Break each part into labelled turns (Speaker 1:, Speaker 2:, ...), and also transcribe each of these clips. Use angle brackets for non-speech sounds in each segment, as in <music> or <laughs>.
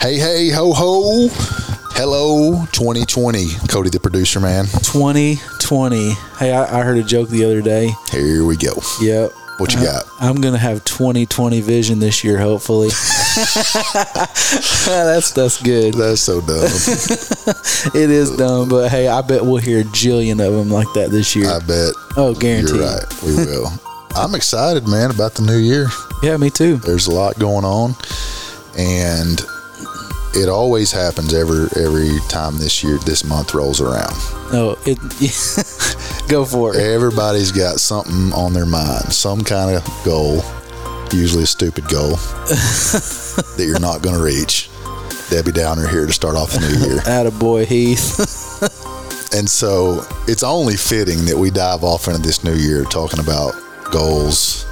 Speaker 1: Hey, hey, ho, ho. Hello, 2020. Cody, the producer man.
Speaker 2: 2020. Hey, I, I heard a joke the other day.
Speaker 1: Here we go.
Speaker 2: Yep.
Speaker 1: What you got?
Speaker 2: I'm gonna have 2020 vision this year,
Speaker 1: <laughs>
Speaker 2: hopefully. that's that's good.
Speaker 1: That's so dumb.
Speaker 2: It is dumb, but hey, I bet we'll hear a jillion of them like that this year.
Speaker 1: <laughs> I <laughs> bet.
Speaker 2: oh, guaranteed.
Speaker 1: You're right. We will. I'm excited, man, about the new year.
Speaker 2: Yeah, me too.
Speaker 1: There's a lot going on, and it always happens every every time this year this month rolls around.
Speaker 2: No, it. <laughs> go for it.
Speaker 1: Everybody's got something on their mind, some kind of goal, usually a stupid
Speaker 2: <laughs>
Speaker 1: goal that you're not going to reach. Debbie Downer here to start off the new
Speaker 2: <laughs>
Speaker 1: year.
Speaker 2: Attaboy, Heath. <laughs>
Speaker 1: And so it's only fitting that we dive off into this new year talking about goals,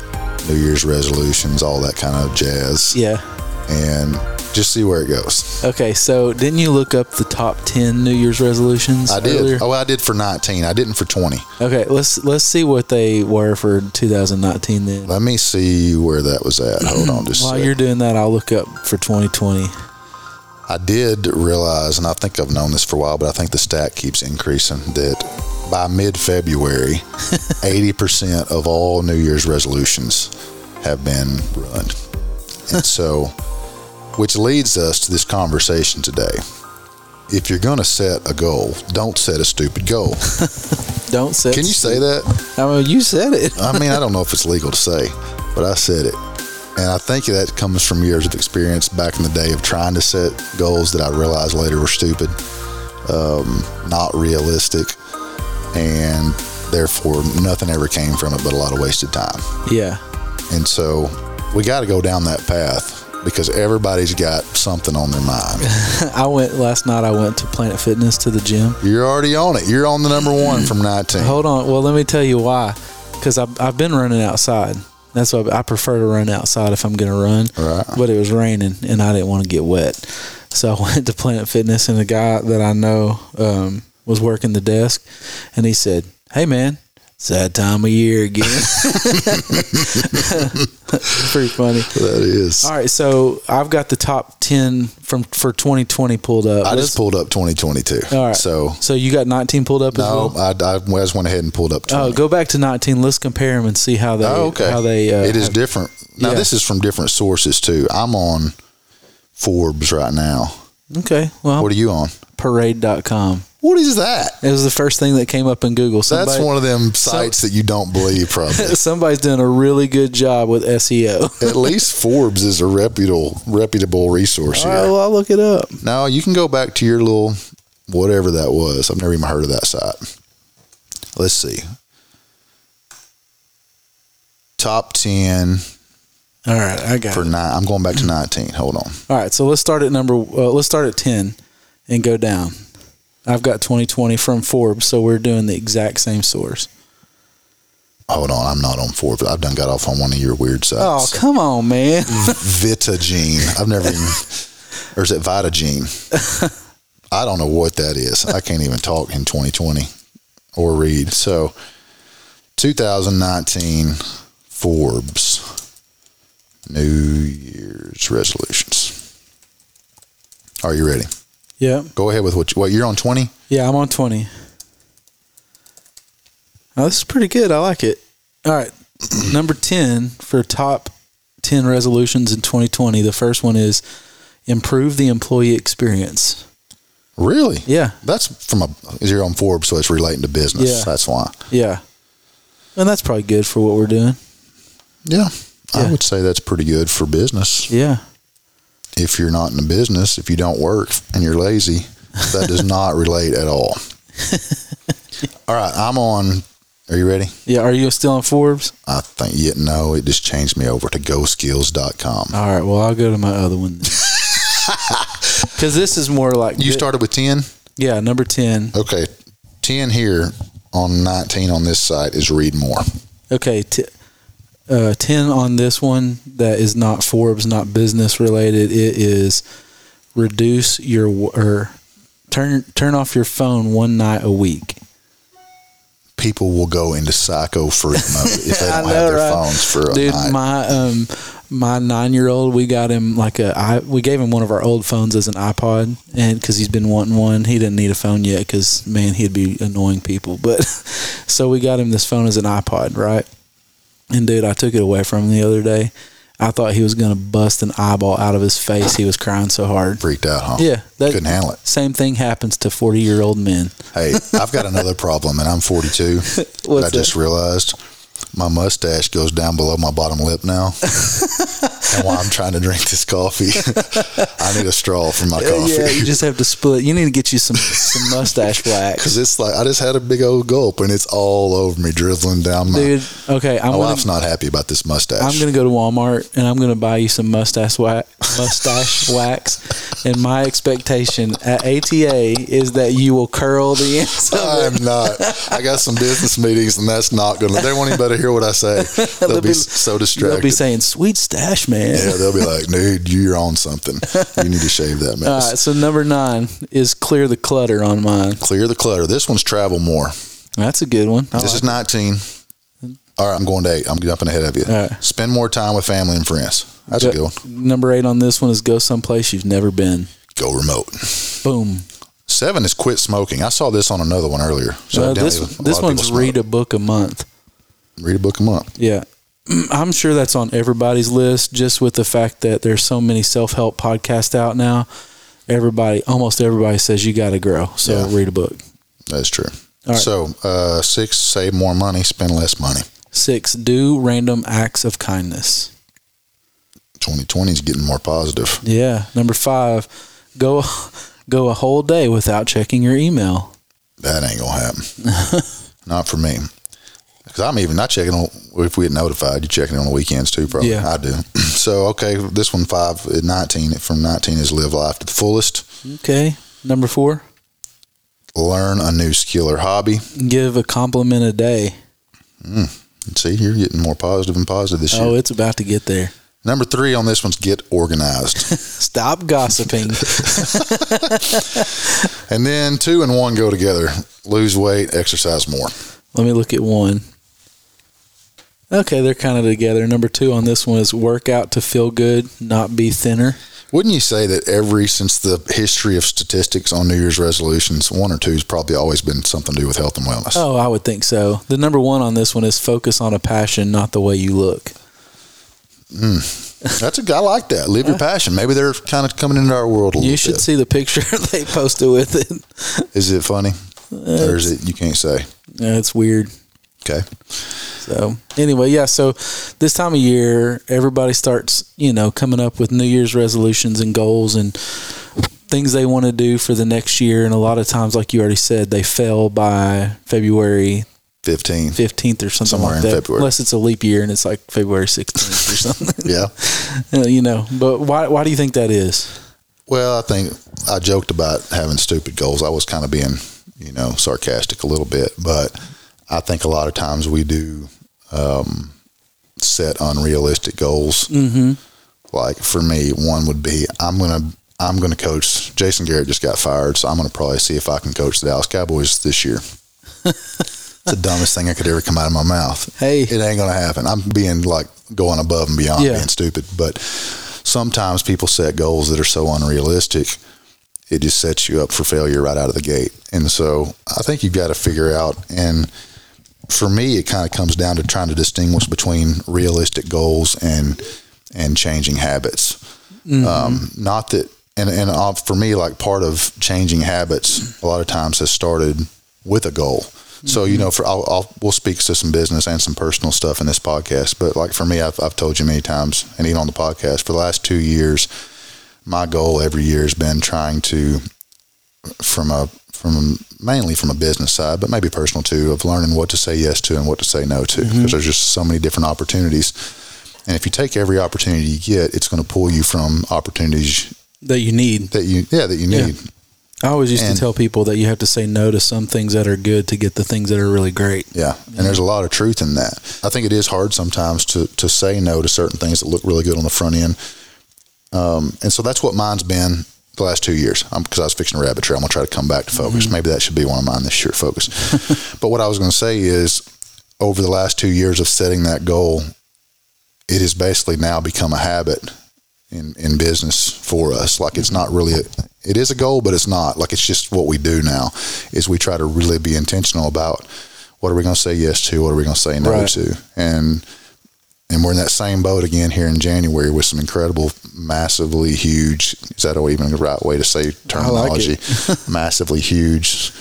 Speaker 1: New Year's resolutions, all that kind of jazz,
Speaker 2: yeah.
Speaker 1: and just see where it goes.
Speaker 2: Okay, so didn't you look up the top 10 New Year's resolutions?
Speaker 1: I did.
Speaker 2: earlier?
Speaker 1: Oh, I did for 19. I didn't for 20.
Speaker 2: Okay, let's let's see what they were for 2019 then.
Speaker 1: Let me see where that was at. Hold on just a
Speaker 2: While
Speaker 1: sec.
Speaker 2: you're doing that, I'll look up for 2020.
Speaker 1: I did realize, and I think I've known this for a while, but I think the stat keeps increasing that by mid February, 80% of all New Year's resolutions have been ruined. And so, which leads us to this conversation today. If you're going to set a goal, don't set a stupid goal.
Speaker 2: Don't set.
Speaker 1: Can you say that?
Speaker 2: I mean, you said
Speaker 1: <laughs>
Speaker 2: it.
Speaker 1: I mean, I don't know if it's legal to say, but I said it. And I think that comes from years of experience back in the day of trying to set goals that I realized later were stupid, um, not realistic, and therefore nothing ever came from it but a lot of wasted time.
Speaker 2: Yeah.
Speaker 1: And so we got to go down that path because everybody's got something on their
Speaker 2: <laughs>
Speaker 1: mind.
Speaker 2: I went last night. I went to Planet Fitness to the gym.
Speaker 1: You're already on it. You're on the number one from 19.
Speaker 2: Hold on. Well, let me tell you why. Because I've, I've been running outside. That's why I prefer to run outside if I'm going to run.
Speaker 1: Right.
Speaker 2: But it was raining and I didn't want to get wet. So I <laughs> went to Planet Fitness and a guy that I know um, was working the desk and he said, Hey, man, it's that time of year again. <laughs> Pretty funny.
Speaker 1: That is.
Speaker 2: All right. So I've got the top 10 from for 2020 pulled up.
Speaker 1: I
Speaker 2: Let's-
Speaker 1: just pulled up 2022.
Speaker 2: All right.
Speaker 1: So
Speaker 2: So you got 19 pulled up as well?
Speaker 1: No, I, I just went ahead and pulled up. 20.
Speaker 2: Oh, go back to 19. Let's compare them and see how they.
Speaker 1: Oh, okay.
Speaker 2: How they. Uh,
Speaker 1: it is different. Now
Speaker 2: Yeah.
Speaker 1: this is from different sources too. I'm on Forbes right now.
Speaker 2: okay. Well,
Speaker 1: What are you on?
Speaker 2: parade.com.
Speaker 1: What is that?
Speaker 2: It was the first thing that came up in Google. Somebody,
Speaker 1: That's one of them sites that you don't believe.
Speaker 2: <laughs>
Speaker 1: Probably
Speaker 2: Somebody's doing a really good job with E
Speaker 1: <laughs>
Speaker 2: SEO.
Speaker 1: at least Forbes is a reputable reputable resource
Speaker 2: All
Speaker 1: here.
Speaker 2: right. Well, I'll look it up.
Speaker 1: Now you can go back to your little whatever that was. I've never even heard of that site. Let's see. Top ten
Speaker 2: All right. I got
Speaker 1: for
Speaker 2: it.
Speaker 1: nine. I'm going back to 19. Hold on.
Speaker 2: All right. So let's start at number. Uh, let's start at 10 and go down. I've got 2020 from Forbes. So we're doing the exact same source.
Speaker 1: Hold on. I'm not on Forbes. I've done got off on one of your weird sites.
Speaker 2: Oh, come
Speaker 1: <laughs>
Speaker 2: on, man.
Speaker 1: Vitagene. I've never even, or is it Vitagene? I don't know what that is. I can't even talk in 2020 or read. So, 2019 Forbes New Year's resolutions. Are you ready?
Speaker 2: yeah.
Speaker 1: Go ahead with what you. What you're on 20?
Speaker 2: Yeah, I'm on 20. Oh, this is pretty good. I like it. All right. <clears throat> Number 10 for top 10 resolutions in 2020. The first one is improve the employee experience.
Speaker 1: Really?
Speaker 2: Yeah.
Speaker 1: That's from a. You're on Forbes, so it's relating to business.
Speaker 2: Yeah.
Speaker 1: That's why.
Speaker 2: Yeah. And that's probably good for what we're doing.
Speaker 1: Yeah. I
Speaker 2: Yeah.
Speaker 1: would say that's pretty good for business.
Speaker 2: Yeah.
Speaker 1: if you're not in a business, if you don't work and you're lazy, that does
Speaker 2: <laughs>
Speaker 1: not relate at all. all right, I'm on. Are you ready?
Speaker 2: Yeah. Are you still on Forbes?
Speaker 1: I think yet no, it just changed me over to goskills.com.
Speaker 2: All right. Well, I'll go to my other one <laughs> Because this is more like.
Speaker 1: You started with 10?
Speaker 2: Yeah. Number 10.
Speaker 1: Okay. 10 here on 19 on this site is read more.
Speaker 2: Okay, t- uh, ten on this one that is not Forbes, not business related. It is reduce your w- or turn turn off your phone one night a week.
Speaker 1: People will go into psycho freak mode if they don't
Speaker 2: know, <laughs>
Speaker 1: have their
Speaker 2: right?
Speaker 1: phones for a
Speaker 2: Dude,
Speaker 1: night.
Speaker 2: my um my nine year old, we got him like a, I, we gave him one of our old phones as an iPod, and because he's been wanting one, he didn't need a phone yet. Because man, he'd be annoying people. <laughs> But so we got him this phone as an iPod, right? And dude, I took it away from him the other day. I thought he was gonna bust an eyeball out of his face. He was crying so hard.
Speaker 1: Freaked out, huh?
Speaker 2: Yeah, that,
Speaker 1: Couldn't handle it.
Speaker 2: Same thing happens to forty year old men.
Speaker 1: Hey, I've got another problem, and I'm 42. that
Speaker 2: <laughs> What's
Speaker 1: I just realized my mustache goes down below my bottom lip
Speaker 2: <laughs>
Speaker 1: now. and while I'm trying to drink this coffee, <laughs> I need a straw for my coffee. <laughs>
Speaker 2: Yeah, you just have to split. You need to get you some some mustache wax,
Speaker 1: Cause it's like I just had a big old gulp and it's all over me drizzling down my.
Speaker 2: dude. Okay, I'm
Speaker 1: my
Speaker 2: gonna
Speaker 1: wife's not happy about this mustache.
Speaker 2: I'm gonna go to Walmart and I'm gonna buy you some mustache wax.
Speaker 1: <laughs>
Speaker 2: Mustache wax, and my expectation at ATA is that you will curl the ends. Of
Speaker 1: <laughs>
Speaker 2: <laughs>
Speaker 1: I'm not. I got some business meetings, and that's not gonna. They won't even better hear what I say. They'll,
Speaker 2: <laughs> They'll
Speaker 1: be,
Speaker 2: be-
Speaker 1: so
Speaker 2: They'll
Speaker 1: distracted.
Speaker 2: be saying, "Sweet stash,
Speaker 1: <laughs>
Speaker 2: man."
Speaker 1: yeah, they'll be like, "Dude, you're on something. You need to shave that
Speaker 2: <laughs> All
Speaker 1: mess.
Speaker 2: right, so number nine is clear the clutter on mine.
Speaker 1: Clear the clutter. This one's travel more.
Speaker 2: That's a good one. I
Speaker 1: this
Speaker 2: like
Speaker 1: is 19. All right, I'm going to eight. I'm jumping ahead of you.
Speaker 2: All right.
Speaker 1: Spend more time with family and friends. That's a
Speaker 2: Go-
Speaker 1: good one.
Speaker 2: Number eight on this one is go someplace you've never been.
Speaker 1: Go remote.
Speaker 2: Boom.
Speaker 1: Seven is quit smoking. I saw this on another one earlier. So
Speaker 2: Uh,
Speaker 1: evidently a
Speaker 2: this
Speaker 1: lot
Speaker 2: this
Speaker 1: of
Speaker 2: one's
Speaker 1: people
Speaker 2: read a book a month.
Speaker 1: smoke. read a book a month.
Speaker 2: Yeah. <clears throat> I'm sure that's on everybody's list just with the fact that there's so many self-help podcasts out now. Everybody, almost everybody says you got to grow. So
Speaker 1: Yeah.
Speaker 2: read a book.
Speaker 1: That's true.
Speaker 2: All right.
Speaker 1: So uh, six, save more money, spend less money.
Speaker 2: 6. Do random acts of kindness.
Speaker 1: 2020 is getting more positive.
Speaker 2: Yeah. Number 5. Go <laughs> go a whole day without checking your email.
Speaker 1: That ain't gonna happen.
Speaker 2: <laughs>
Speaker 1: Not for me. Because I'm even not checking on if we get notified. You're checking on the weekends too, probably.
Speaker 2: Yeah.
Speaker 1: I do. <clears throat> so okay, this one five at nineteen from nineteen is live life to the fullest.
Speaker 2: Okay. Number 4.
Speaker 1: Learn a new skill or hobby.
Speaker 2: Give a compliment a day.
Speaker 1: And see, you're getting more positive and positive this
Speaker 2: Oh,
Speaker 1: year.
Speaker 2: it's about to get there.
Speaker 1: Number three on this one's get
Speaker 2: <laughs>
Speaker 1: organized.
Speaker 2: Stop gossiping.
Speaker 1: and then two and one go together. Lose weight, exercise more.
Speaker 2: Let me look at one. Okay, they're kind of together. Number two on this one is work out to feel good, not be thinner.
Speaker 1: Wouldn't you say that every since the history of statistics on New Year's resolutions, one or two's probably always been something to do with health and wellness?
Speaker 2: Oh, I would think so. The number one on this one is focus on a passion, not the way you look.
Speaker 1: That's a I like that. Live your passion. Maybe they're kind of coming into our world a little
Speaker 2: You should
Speaker 1: bit.
Speaker 2: see the picture <laughs> they posted with it.
Speaker 1: is it funny? or is it you can't say?
Speaker 2: Yeah, it's weird.
Speaker 1: Okay.
Speaker 2: So anyway, yeah. So this time of year, everybody starts, you know, coming up with New Year's resolutions and goals and things they want to do for the next year. And a lot of times, like you already said, they fail by February
Speaker 1: 15.
Speaker 2: fifteenth or something
Speaker 1: Somewhere
Speaker 2: like
Speaker 1: in
Speaker 2: that.
Speaker 1: February.
Speaker 2: Unless it's a leap year and it's like February sixteenth or something, <laughs>
Speaker 1: Yeah.
Speaker 2: Uh, you know. But why why do you think that is?
Speaker 1: Well, I think I joked about having stupid goals. I was kind of being, you know, sarcastic a little bit, but I think a lot of times we do um, set unrealistic goals.
Speaker 2: Mm-hmm.
Speaker 1: Like for me, one would be I'm gonna I'm gonna coach. Jason Garrett just got fired, so I'm gonna probably see if I can coach the Dallas Cowboys this year. it's the dumbest thing I could ever come out of my mouth.
Speaker 2: Hey,
Speaker 1: it ain't gonna happen. I'm being like going above and beyond
Speaker 2: Yeah.
Speaker 1: being stupid, but sometimes people set goals that are so unrealistic, it just sets you up for failure right out of the gate. And so I think you've got to figure out. And for me, it kind of comes down to trying to distinguish between realistic goals and and changing habits.
Speaker 2: Mm-hmm.
Speaker 1: Um, not that, and and uh, for me, like part of changing habits, a lot of times has started with a goal. So you know, for I'll, I'll we'll speak to some business and some personal stuff in this podcast. But like for me, I've, I've told you many times, and even on the podcast, for the last two years, my goal every year has been trying to, from a from mainly from a business side, but maybe personal too, of learning what to say yes to and what to say no to, because there's just so many different opportunities. And if you take every opportunity you get, it's going to pull you from opportunities
Speaker 2: that you need.
Speaker 1: that you yeah that you
Speaker 2: Yeah.
Speaker 1: need.
Speaker 2: I always used
Speaker 1: And-
Speaker 2: to tell people that you have to say no to some things that are good to get the things that are really great.
Speaker 1: Yeah. And there's a lot of truth in that. I think it is hard sometimes to, to say no to certain things that look really good on the front end. Um, and so that's what mine's been the last two years. Because I was fixing a rabbit trail. I'm going to try to come back to focus. Maybe that should be one of mine this year, focus. but what I was going to say is over the last two years of setting that goal, it has basically now become a habit in, in business for us. Like it's not really, a, it is a goal, but it's not. Like it's just what we do now is we try to really be intentional about what are we going to say yes to, what are we going to say no
Speaker 2: Right.
Speaker 1: to, and and we're in that same boat again here in January with some incredible, massively huge. Is that even the right way to say terminology? massively huge,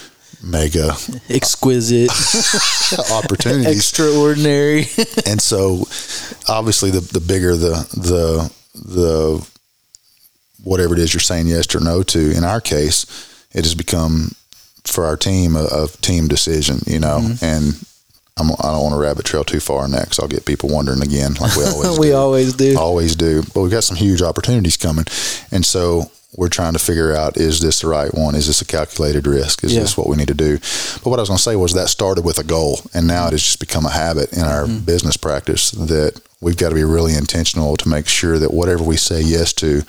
Speaker 1: mega
Speaker 2: Exquisite,
Speaker 1: <laughs> opportunities
Speaker 2: extraordinary. <laughs>
Speaker 1: and so obviously the the bigger the the the whatever it is you're saying yes or no to in our case it has become for our team a, a team decision you know and I'm, i don't want to rabbit trail too far next i'll get people wondering again like we always
Speaker 2: we
Speaker 1: do.
Speaker 2: always do.
Speaker 1: always do but we've got some huge opportunities coming and so we're trying to figure out is this the right one is this a calculated risk is
Speaker 2: Yeah.
Speaker 1: this what we need to do but what i was going to say was that started with a goal and now it has just become a habit in
Speaker 2: Mm-hmm.
Speaker 1: our business practice that we've got to be really intentional to make sure that whatever we say yes to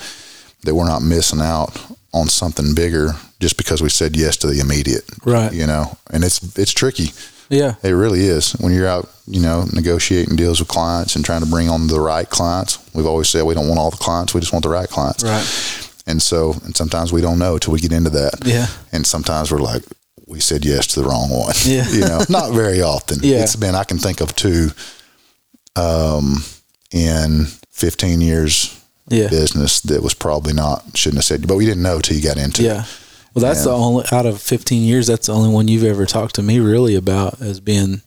Speaker 1: that we're not missing out on something bigger just because we said yes to the immediate
Speaker 2: Right.
Speaker 1: you know and it's it's tricky
Speaker 2: Yeah.
Speaker 1: it really is. When you're out, you know, negotiating deals with clients and trying to bring on the right clients, we've always said we don't want all the clients, we just want the right clients.
Speaker 2: Right.
Speaker 1: And so, and sometimes we don't know till we get into that.
Speaker 2: Yeah.
Speaker 1: And sometimes we're like, we said yes to the wrong one.
Speaker 2: Yeah.
Speaker 1: <laughs> you know, not very often.
Speaker 2: Yeah.
Speaker 1: It's been, I can think of two um, in 15 years
Speaker 2: Yeah.
Speaker 1: business that was probably not, shouldn't have said, but we didn't know till you got into it.
Speaker 2: Yeah. Well, that's the
Speaker 1: And-
Speaker 2: only out of 15 years. That's the only one you've ever talked to me really about as being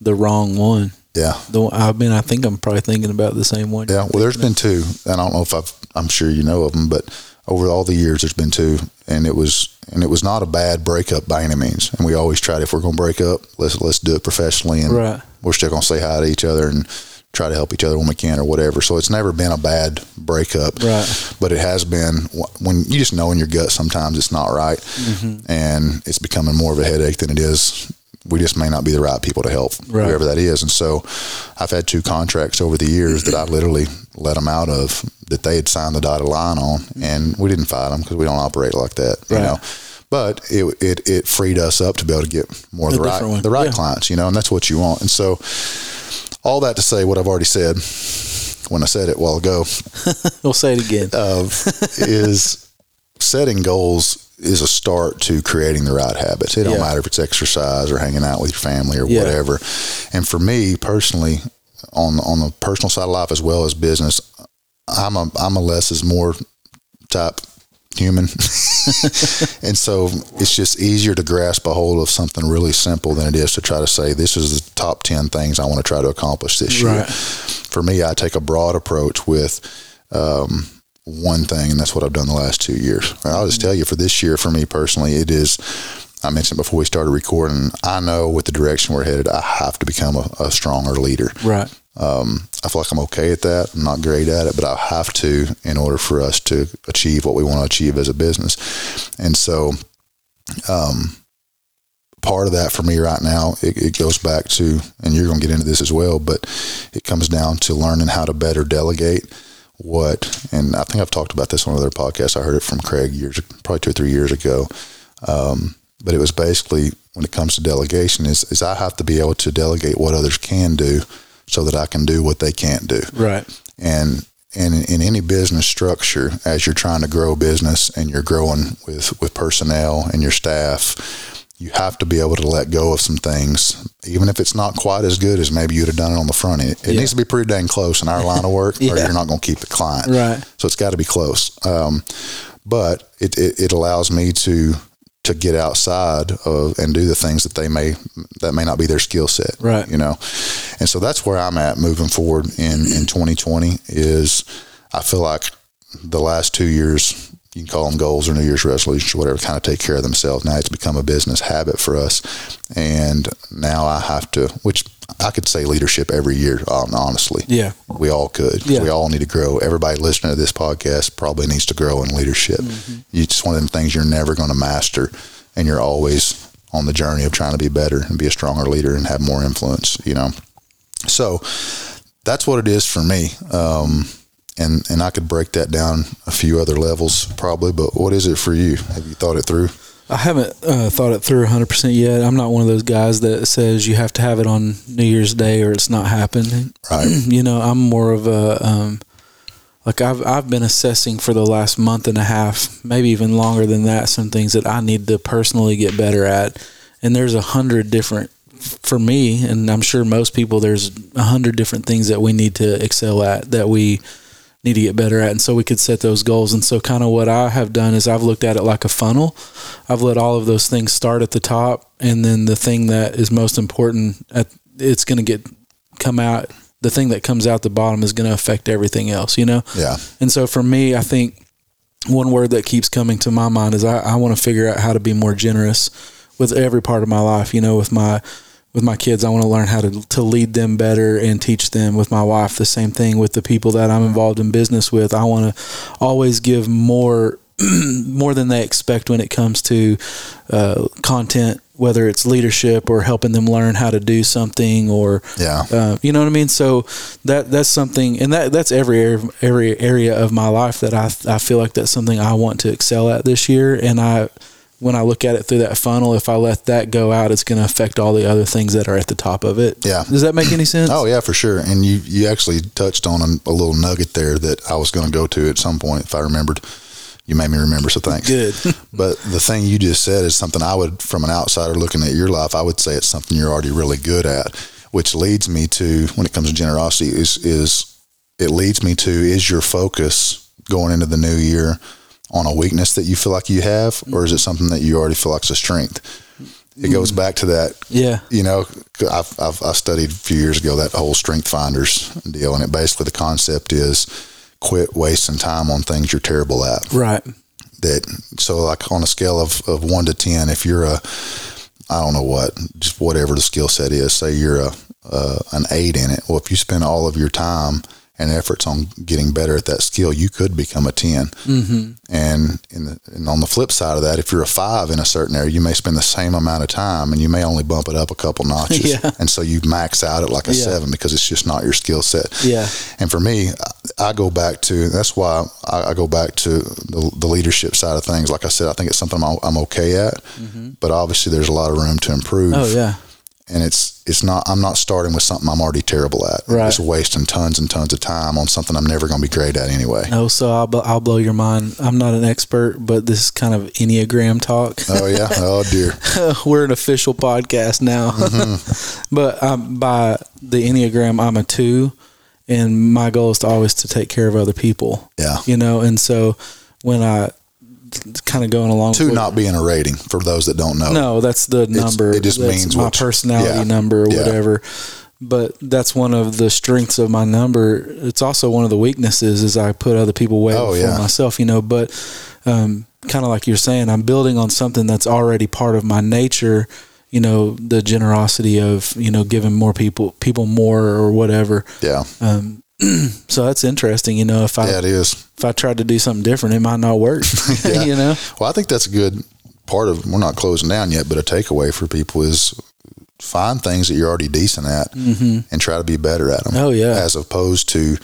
Speaker 2: the wrong one.
Speaker 1: Yeah.
Speaker 2: The one, I mean, I think I'm probably thinking about the same one.
Speaker 1: Yeah, well, there's been two, and I don't know if I've, I'm sure you know of them, but over all the years, there's been two, and it was, and it was not a bad breakup by any means. And we always tried if we're going to break up, let's let's do it professionally, and
Speaker 2: Right.
Speaker 1: we're still going to say hi to each other and try to help each other when we can or whatever. So it's never been a bad breakup,
Speaker 2: Right.
Speaker 1: But it has been wh- when you just know in your gut sometimes it's not right,
Speaker 2: Mm-hmm.
Speaker 1: and it's becoming more of a headache than it is. We just may not be the right people to help
Speaker 2: Right.
Speaker 1: whoever that is, and so I've had two contracts over the years that I literally let them out of that they had signed the dotted line on, and we didn't fight them because we don't operate like that, you
Speaker 2: Right.
Speaker 1: know. But it, it it freed us up to be able to get more of
Speaker 2: A
Speaker 1: the right
Speaker 2: different one.
Speaker 1: the right
Speaker 2: Yeah.
Speaker 1: clients, you know, and that's what you want. And so, all that to say, what I've already said when I said it a while ago
Speaker 2: We'll say it
Speaker 1: Uh,
Speaker 2: again.
Speaker 1: of is
Speaker 2: <laughs>
Speaker 1: setting goals is a start to creating the right habits. It don't
Speaker 2: Yeah.
Speaker 1: matter if it's exercise or hanging out with your family or
Speaker 2: Yeah.
Speaker 1: whatever. And for me personally, on on the personal side of life as well as business, I'm a I'm a less is more type human. <laughs> and so it's just easier to grasp a hold of something really simple than it is to try to say this is the top 10 things I want to try to accomplish this year.
Speaker 2: Right.
Speaker 1: For me, I take a broad approach with um, one thing, and that's what I've done the last two years. And I'll just tell you for this year, for me personally, it is. I mentioned before we started recording, I know with the direction we're headed, I have to become a, a stronger leader.
Speaker 2: right.
Speaker 1: I feel like I'm okay at that. I'm not great at it, but I have to in order for us to achieve what we want to achieve as a business. And so, um, part of that for me right now, it, it goes back to, and you're going to get into this as well, but it comes down to learning how to better delegate what, and I think I've talked about this on another podcast. I heard it from Craig years, probably two or three years ago. Um, but it was basically when it comes to delegation is, is I have to be able to delegate what others can do so that I can do what they can't do
Speaker 2: Right.
Speaker 1: and and in, in any business structure as you're trying to grow business and you're growing with with personnel and your staff you have to be able to let go of some things even if it's not quite as good as maybe you'd have done it on the front end it
Speaker 2: Yeah.
Speaker 1: needs to be pretty dang close in our line of work or
Speaker 2: <laughs> Yeah.
Speaker 1: you're not going to keep the client
Speaker 2: Right.
Speaker 1: so it's got to be close um, but it, it, it allows me to to get outside of and do the things that they may that may not be their skill set
Speaker 2: Right.
Speaker 1: you know and so that's where i'm at moving forward in in 2020 is i feel like the last two years you can call them goals or new year's resolutions or whatever kind of take care of themselves now it's become a business habit for us and now i have to which i could say leadership every year hon- honestly
Speaker 2: Yeah.
Speaker 1: we all could.
Speaker 2: Yeah.
Speaker 1: We all need to grow. Everybody listening to this podcast probably needs to grow in leadership. You It's one of them things you're never going to master, and you're always on the journey of trying to be better and be a stronger leader and have more influence. You know, so that's what it is for me. Um, and and I could break that down a few other levels probably, but what is it for you? Have you thought it through?
Speaker 2: I haven't uh, thought it through 100% yet. I'm not one of those guys that says you have to have it on New Year's Day or it's not happening.
Speaker 1: Right.
Speaker 2: <clears throat> you know, I'm more of a um, like I've I've been assessing for the last month and a half, maybe even longer than that, some things that I need to personally get better at. And there's a hundred different for me, and I'm sure most people. There's a hundred different things that we need to excel at that we need to get better at, and so we could set those goals. And so, kind of what I have done is I've looked at it like a funnel. I've let all of those things start at the top, and then the thing that is most important at it's going to get come out. The thing that comes out the bottom is going to affect everything else, you know.
Speaker 1: Yeah.
Speaker 2: And so for me, I think one word that keeps coming to my mind is I, I want to figure out how to be more generous with every part of my life. You know, with my with my kids, I want to learn how to to lead them better and teach them. With my wife, the same thing. With the people that I'm involved in business with, I want to always give more <clears throat> more than they expect when it comes to uh, content, whether it's leadership or helping them learn how to do something or
Speaker 1: Yeah.
Speaker 2: uh, you know what I mean? So that that's something, and that that's every ar- every area of my life that I I feel like that's something I want to excel at this year. And I, when I look at it through that funnel, if I let that go out, it's going to affect all the other things that are at the top of it.
Speaker 1: Yeah.
Speaker 2: Does that make any sense?
Speaker 1: Oh yeah, for sure. And you you actually touched on a, a little nugget there that I was going to go to at some point if I remembered. You made me remember, so thanks.
Speaker 2: good.
Speaker 1: <laughs> But the thing you just said is something I would, from an outsider looking at your life, I would say it's something you're already really good at. Which leads me to, when it comes to generosity, is is it leads me to is your focus going into the new year on a weakness that you feel like you have, or is it something that you already feel like is a strength? It goes back to that
Speaker 2: yeah.
Speaker 1: you know, I've, I've, I studied a few years ago that whole strength finders deal, and it basically the concept is quit wasting time on things you're terrible at.
Speaker 2: Right.
Speaker 1: That so like on a scale of, of one to ten, if you're a I don't know what, just whatever the skill set is, say you're a uh, an eight in it. Well, if you spend all of your time and efforts on getting better at that skill, you could become a 10
Speaker 2: Mm-hmm.
Speaker 1: and in the, and on the flip side of that, if you're a five in a certain area, you may spend the same amount of time and you may only bump it up a
Speaker 2: <laughs>
Speaker 1: couple notches.
Speaker 2: Yeah.
Speaker 1: And so you max out at like a
Speaker 2: Yeah.
Speaker 1: seven because it's just not your skill set.
Speaker 2: Yeah.
Speaker 1: And for me, I I go back to that's why I, I go back to the, the leadership side of things. Like I said, I think it's something I'm, I'm okay at, but obviously there's a lot of room to improve.
Speaker 2: Mm-hmm. Oh yeah.
Speaker 1: And it's it's not I'm not starting with something I'm already terrible at.
Speaker 2: Right.
Speaker 1: Just wasting tons and tons of time on something I'm never going to be great at anyway.
Speaker 2: No. So I'll bl- I'll blow your mind. I'm not an expert, but this is kind of enneagram talk.
Speaker 1: oh
Speaker 2: <laughs>
Speaker 1: yeah. Oh dear.
Speaker 2: we're an official podcast now. <laughs> but um, by the Enneagram, I'm a two, and my goal is to always to take care of other people.
Speaker 1: Yeah.
Speaker 2: You know, and so when I kind of going along
Speaker 1: Two
Speaker 2: with-
Speaker 1: not being a rating for those that don't know.
Speaker 2: no, that's the number.
Speaker 1: Oh. it just
Speaker 2: That's
Speaker 1: means
Speaker 2: my
Speaker 1: what-
Speaker 2: personality
Speaker 1: yeah.
Speaker 2: number or
Speaker 1: Yeah.
Speaker 2: whatever. But that's one of the strengths of my number. It's also one of the weaknesses is I put other people way
Speaker 1: Oh,
Speaker 2: before
Speaker 1: yeah.
Speaker 2: myself, you know. But um, kind of like you're saying, I'm building on something that's already part of my nature. You know, the generosity of you know giving more people people more or whatever.
Speaker 1: Yeah,
Speaker 2: Um, so that's interesting. You know, if I
Speaker 1: yeah, it is.
Speaker 2: if I tried to do something different, it might not work. <laughs>
Speaker 1: <laughs> Yeah.
Speaker 2: you know,
Speaker 1: Well, I think that's a good part of. We're not closing down yet, but a takeaway for people is find things that you're already decent at and try to be better at them.
Speaker 2: Mm-hmm. Oh, yeah.
Speaker 1: as opposed to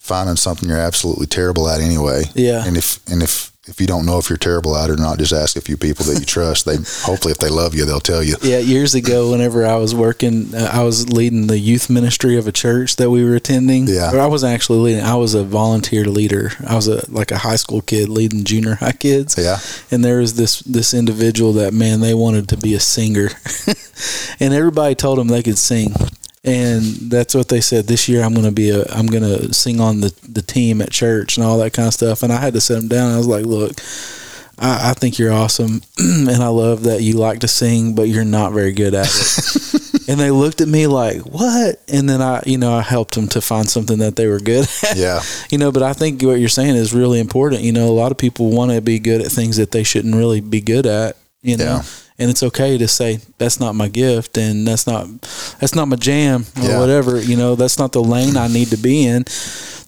Speaker 1: finding something you're absolutely terrible at anyway.
Speaker 2: Yeah.
Speaker 1: and if and if if you don't know if you're terrible at it or not, just ask a few people that you trust. They hopefully, if they love you, they'll tell
Speaker 2: <laughs>
Speaker 1: you.
Speaker 2: Yeah, years ago, whenever I was working, uh, I was leading the youth ministry of a church that we were attending.
Speaker 1: Yeah.
Speaker 2: Or I wasn't actually leading; I was a volunteer leader. I was a like a high school kid leading junior high kids.
Speaker 1: Yeah.
Speaker 2: And there was this this individual that man, they wanted to be a singer, <laughs> and everybody told him they could sing. And that's what they said. This year, I'm going to be a. I'm going to sing on the the team at church and all that kind of stuff. And I had to sit him down. I was like, "Look, I, I think you're awesome, <clears throat> and I love that you like to sing, but you're not very good at it. and they looked at me like, "What?" And then I, you know, I helped them to find something that they were good at.
Speaker 1: Yeah,
Speaker 2: You know, but I think what you're saying is really important. You know, a lot of people want to be good at things that they shouldn't really be good at. You know,
Speaker 1: Yeah.
Speaker 2: and it's okay to say that's not my gift and that's not that's not my jam or
Speaker 1: Yeah.
Speaker 2: whatever. You know, that's not the lane I need to be in.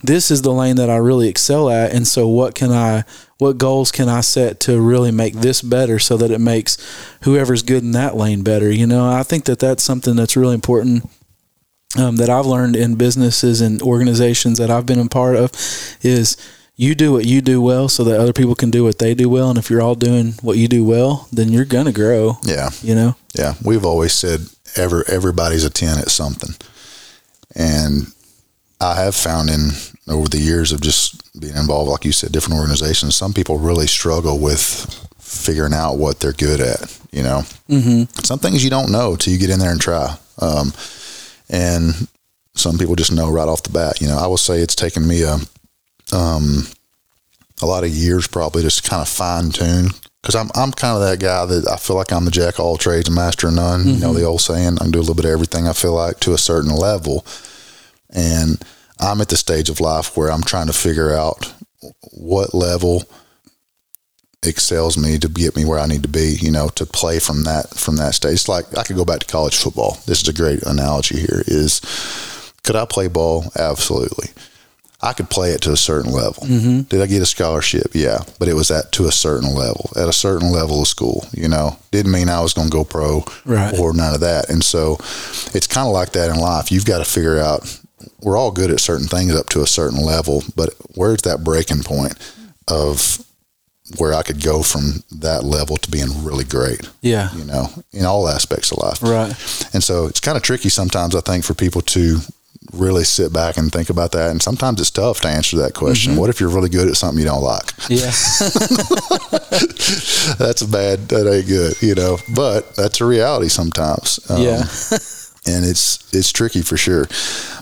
Speaker 2: This is the lane that I really excel at, and so what can I? What goals can I set to really make this better so that it makes whoever's good in that lane better? You know, I think that that's something that's really important um, that I've learned in businesses and organizations that I've been a part of is you do what you do well so that other people can do what they do well. And if you're all doing what you do well, then you're going to grow,
Speaker 1: Yeah.
Speaker 2: you know?
Speaker 1: Yeah, we've always said ever everybody's a ten at something, and I have found in over the years of just being involved, like you said, different organizations. Some people really struggle with figuring out what they're good at. You know, mm-hmm. some things you don't know till you get in there and try. Um, and some people just know right off the bat. You know, I will say it's taken me a um, a lot of years probably just kind of fine tune because I'm I'm kind of that guy that I feel like I'm the jack of all trades and master of none. You know the old saying, I can do a little bit of everything. I feel like to a certain level, and I'm at the stage of life where I'm trying to figure out what level excels me to get me where I need to be, you know, to play from that from that stage. It's like I could go back to college football. This is a great analogy here is could I play ball? Absolutely. I could play it to a certain level. Did I get a scholarship? Yeah, but it was at to a certain level, at a certain level of school. You know, didn't mean I was going to go pro
Speaker 2: Right.
Speaker 1: or none of that. And so, it's kind of like that in life. You've got to figure out. We're all good at certain things up to a certain level, but where's that breaking point of where I could go from that level to being really great?
Speaker 2: Yeah.
Speaker 1: You know, in all aspects of life.
Speaker 2: Right.
Speaker 1: And so it's kind of tricky sometimes, I think, for people to really sit back and think about that. And sometimes it's tough to answer that question. What if you're really good at something you don't like? <laughs>
Speaker 2: Yeah.
Speaker 1: That's a bad, that ain't good, you know, but that's a reality sometimes. Um,
Speaker 2: yeah. <laughs>
Speaker 1: And it's, it's tricky for sure.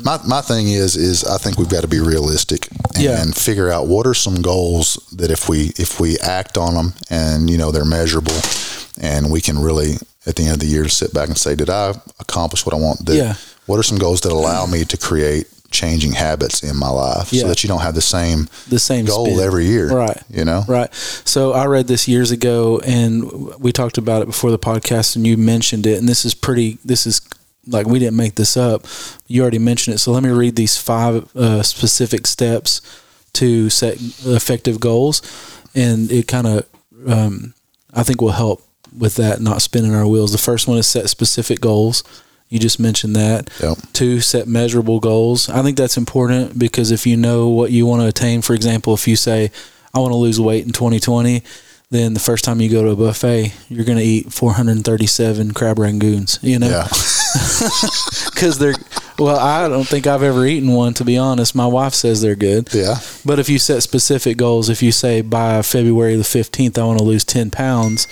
Speaker 1: My, my thing is, is I think we've got to be realistic and
Speaker 2: Yeah.
Speaker 1: figure out what are some goals that if we, if we act on them and, you know, they're measurable and we can really, at the end of the year, sit back and say, did I accomplish what I want? Did,
Speaker 2: Yeah.
Speaker 1: What are some goals that allow me to create changing habits in my life
Speaker 2: Yeah.
Speaker 1: so that you don't have the same
Speaker 2: The same
Speaker 1: goal
Speaker 2: spin.
Speaker 1: every year?
Speaker 2: Right.
Speaker 1: You know?
Speaker 2: Right. So I read this years ago and we talked about it before the podcast and you mentioned it. And this is pretty, this is like we didn't make this up. You already mentioned it. So let me read these five uh, specific steps to set effective goals. And it kind of, um, I think, will help with that, not spinning our wheels. The first one is set specific goals. You just mentioned that.
Speaker 1: Yep.
Speaker 2: Two, set measurable goals. I think that's important because if you know what you want to attain, for example, if you say, I want to lose weight in 2020, then the first time you go to a buffet, you're going to eat 437 crab rangoons, you know, <laughs>
Speaker 1: Yeah. <laughs>
Speaker 2: because they're, well, I don't think I've ever eaten one, to be honest. My wife says they're good.
Speaker 1: Yeah.
Speaker 2: But if you set specific goals, if you say by February the 15th, I want to lose 10 pounds,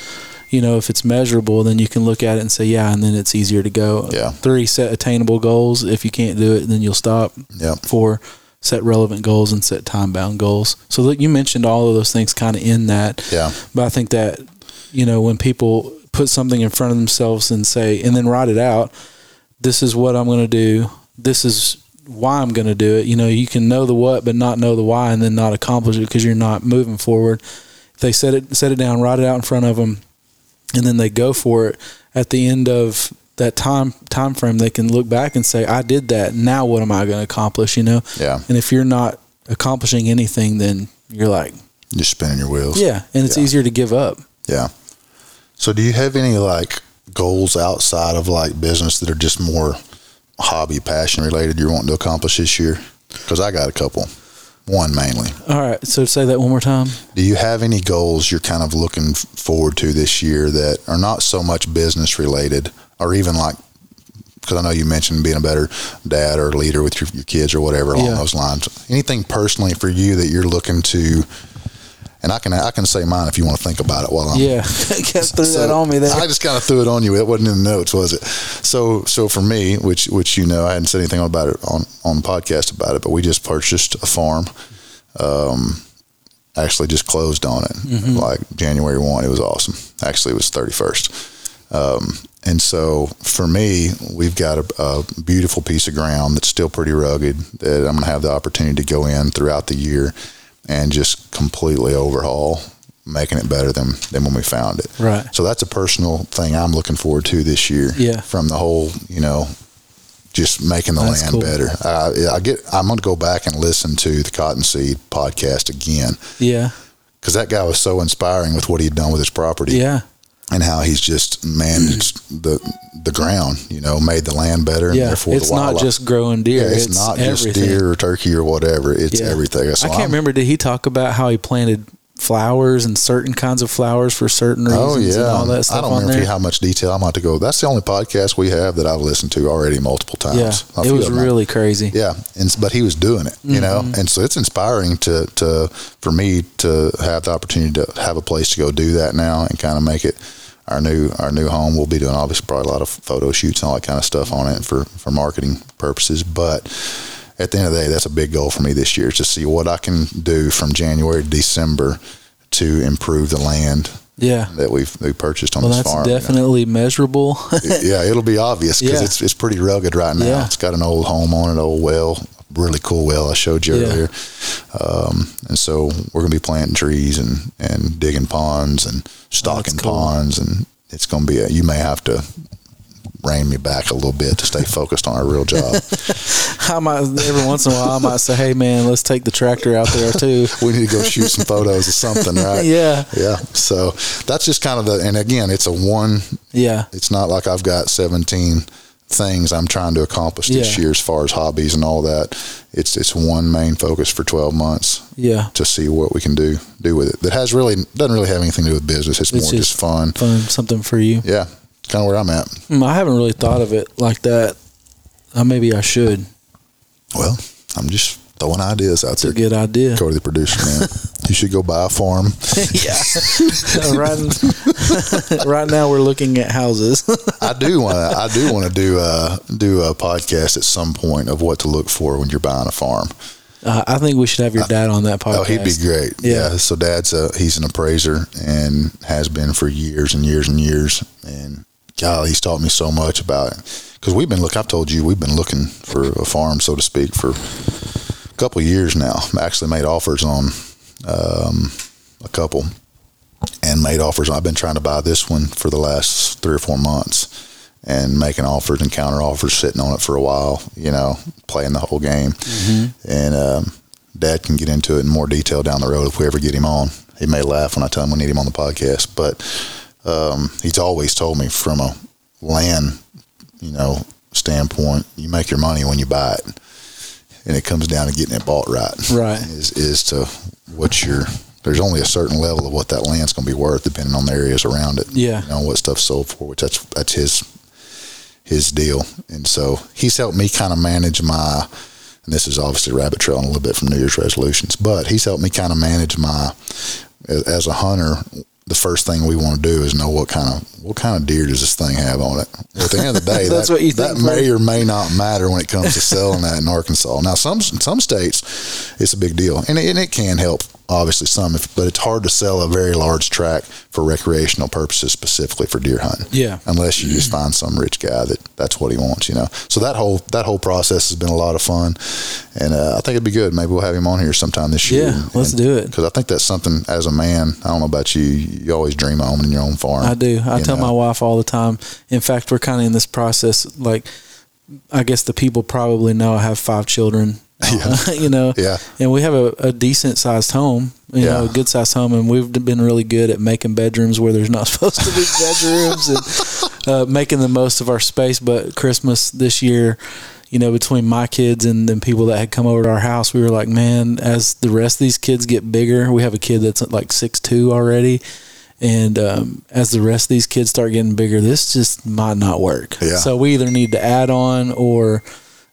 Speaker 2: you know, if it's measurable, then you can look at it and say, yeah, and then it's easier to go.
Speaker 1: Yeah.
Speaker 2: Three, set attainable goals. If you can't do it, then you'll stop.
Speaker 1: Yeah.
Speaker 2: Four, set relevant goals and set time bound goals. So look, you mentioned all of those things kind of in that.
Speaker 1: Yeah.
Speaker 2: But I think that, you know, when people put something in front of themselves and say, and then write it out, this is what I'm going to do. This is why I'm going to do it. You know, you can know the what, but not know the why, and then not accomplish it because you're not moving forward. If they set it, set it down, write it out in front of them, and then they go for it. At the end of that time time frame, they can look back and say, "I did that. Now, what am I going to accomplish?" You know.
Speaker 1: Yeah.
Speaker 2: And if you're not accomplishing anything, then you're like,
Speaker 1: Just spinning your wheels.
Speaker 2: yeah, and it's
Speaker 1: Yeah.
Speaker 2: easier to give up.
Speaker 1: Yeah. So, do you have any like goals outside of like business that are just more hobby, passion related you're wanting to accomplish this year? Because I got a couple. One mainly.
Speaker 2: All right. So say that one more time.
Speaker 1: Do you have any goals you're kind of looking f- forward to this year that are not so much business related or even like, because I know you mentioned being a better dad or leader with your, your kids or whatever along
Speaker 2: Yeah.
Speaker 1: those lines. Anything personally for you that you're looking to, and I can I can say mine if you want to think about it while I'm <laughs>
Speaker 2: Yeah. <laughs> Get threw
Speaker 1: so
Speaker 2: that on me there.
Speaker 1: I just kind of threw it on you. It wasn't in the notes, was it? So, so for me, which which you know, I hadn't said anything about it on on the podcast about it, but we just purchased a farm. Um, actually, just closed on it
Speaker 2: Mm-hmm.
Speaker 1: like January one. It was awesome. Actually, it was thirty first. And so for me, we've got a, a beautiful piece of ground that's still pretty rugged that I'm going to have the opportunity to go in throughout the year and just completely overhaul, making it better than, than when we found it.
Speaker 2: Right.
Speaker 1: So that's a personal thing I'm looking forward to this year.
Speaker 2: Yeah.
Speaker 1: From the whole, you know, just making the
Speaker 2: That's
Speaker 1: land
Speaker 2: cool.
Speaker 1: better. I, I get. I'm going to go back and listen to the Cottonseed podcast again
Speaker 2: yeah.
Speaker 1: because that guy was so inspiring with what he'd done with his property
Speaker 2: Yeah.
Speaker 1: and how he's just managed the the ground, you know, made the land better, and
Speaker 2: yeah,
Speaker 1: therefore
Speaker 2: it's
Speaker 1: the
Speaker 2: not
Speaker 1: wildlife.
Speaker 2: just growing deer.
Speaker 1: Yeah,
Speaker 2: it's,
Speaker 1: it's, not
Speaker 2: everything.
Speaker 1: just deer or turkey or whatever. It's
Speaker 2: Yeah.
Speaker 1: everything. So
Speaker 2: I can't
Speaker 1: I'm-
Speaker 2: remember. Did he talk about how he planted flowers and certain kinds of flowers for certain reasons
Speaker 1: Oh yeah,
Speaker 2: and all that stuff
Speaker 1: I don't
Speaker 2: on
Speaker 1: remember
Speaker 2: there?
Speaker 1: how much detail I'm about to go. That's the only podcast we have that I've listened to already multiple
Speaker 2: yeah,
Speaker 1: times. A
Speaker 2: it
Speaker 1: few
Speaker 2: was
Speaker 1: of 'em, I
Speaker 2: really Mm-hmm. crazy.
Speaker 1: yeah and s- but he was doing it you know and so it's inspiring to to for me to have the opportunity to have a place to go do that now and kind of make it our new our new home we'll be doing obviously probably a lot of photo shoots and all that kind of stuff on it for for marketing purposes but at the end of the day that's a big goal for me this year is to see what i can do from january to december to improve the land
Speaker 2: Yeah.
Speaker 1: that we've we purchased on
Speaker 2: Well,
Speaker 1: this
Speaker 2: that's
Speaker 1: farm you know.
Speaker 2: definitely measurable. <laughs>
Speaker 1: yeah, it'll be obvious because
Speaker 2: Yeah.
Speaker 1: it's it's pretty rugged right now.
Speaker 2: Yeah.
Speaker 1: It's got an old home on it, old well, really cool well I showed you
Speaker 2: Yeah.
Speaker 1: earlier. Um, and so we're gonna be planting trees and and digging ponds and stocking
Speaker 2: cool.
Speaker 1: ponds, and it's gonna be a, you may have to rein me back a little bit to
Speaker 2: <laughs>
Speaker 1: stay focused on our real job.
Speaker 2: I might every once in a while I might say, "Hey, man, let's take the tractor out there too."
Speaker 1: we need to go shoot some photos or something, <laughs> right?
Speaker 2: <laughs> yeah,
Speaker 1: Yeah. So that's just kind of the and again, it's a one
Speaker 2: yeah,
Speaker 1: it's not like I've got 17 things I'm trying to accomplish this
Speaker 2: Yeah.
Speaker 1: year as far as hobbies and all that. It's it's one main focus for 12 months
Speaker 2: yeah.
Speaker 1: to see what we can do do with it. That has really doesn't really have anything to do with business. It's,
Speaker 2: It's
Speaker 1: more
Speaker 2: just-
Speaker 1: just, fun.
Speaker 2: Fun, something for you.
Speaker 1: Yeah, kind of where I'm at.
Speaker 2: Hmm, I haven't really thought of it like that. Uh, maybe I should.
Speaker 1: Well, I'm just throwing ideas out
Speaker 2: It's a
Speaker 1: there.
Speaker 2: good idea.
Speaker 1: Go to the producer, man. you should go buy a farm.
Speaker 2: yeah. <laughs> right, <laughs> right now we're looking at houses.
Speaker 1: I do want to. I do want to do a do a podcast at some point of what to look for when you're buying a farm.
Speaker 2: <laughs> Uh, I think we should have your dad on that podcast.
Speaker 1: Oh, he'd be great.
Speaker 2: Yeah.
Speaker 1: Yeah. So dad's a he's an appraiser and has been for years and years and years. And golly, he's taught me so much about it because we've been look. I've told you we've been looking for a farm, so to speak, for a couple of years now. I actually made offers on um, a couple and made offers. I've been trying to buy this one for the last three or four months. And making offers and counter offers, sitting on it for a while, you know, playing the whole game. And um, Dad can get into it in more detail down the road if we ever get him on. He may laugh when I tell him we need him on the podcast, but um, he's always told me from a land, you know, standpoint, you make your money when you buy it, and it comes down to getting it bought right.
Speaker 2: Right.
Speaker 1: is is to what your there's only a certain level of what that land's going to be worth depending on the areas around it.
Speaker 2: Yeah.
Speaker 1: you know what stuff's sold for, which that's that's his his deal, and so he's helped me kind of manage my and this is obviously rabbit trailing a little bit from New Year's resolutions, but he's helped me kind of manage my as a hunter. The first thing we want to do is know what kind of what kind of deer does this thing have on it. At the end of the day,
Speaker 2: <laughs> That's
Speaker 1: that,
Speaker 2: what you
Speaker 1: that
Speaker 2: think, right?
Speaker 1: may or may not matter when it comes to selling that in Arkansas. Now, some some states, it's a big deal, and it, and it can help obviously some, if, but it's hard to sell a very large tract for recreational purposes, specifically for deer hunting
Speaker 2: Yeah.
Speaker 1: unless you just find some rich guy that that's what he wants, you know. So that whole that whole process has been a lot of fun, and uh, I think it'd be good. Maybe we'll have him on here sometime this year.
Speaker 2: Yeah, let's do it.
Speaker 1: because I think that's something as a man. I don't know about you. You always dream of owning your own farm.
Speaker 2: I do. I
Speaker 1: you
Speaker 2: tell
Speaker 1: know.
Speaker 2: my wife all the time. In fact, we're kind of in this process. Like, I guess the people probably know I have five children. <laughs> you know,
Speaker 1: <laughs> Yeah.
Speaker 2: and we have a, a decent sized home. You know,
Speaker 1: Yeah.
Speaker 2: a good sized home, and we've been really good at making bedrooms where there's not <laughs> supposed to be bedrooms, and uh, making the most of our space. But Christmas this year. You know, between my kids and then people that had come over to our house, we were like, man, as the rest of these kids get bigger, we have a kid that's like six two already and um, as the rest of these kids start getting bigger, this just might not work.
Speaker 1: Yeah.
Speaker 2: So we either need to add on or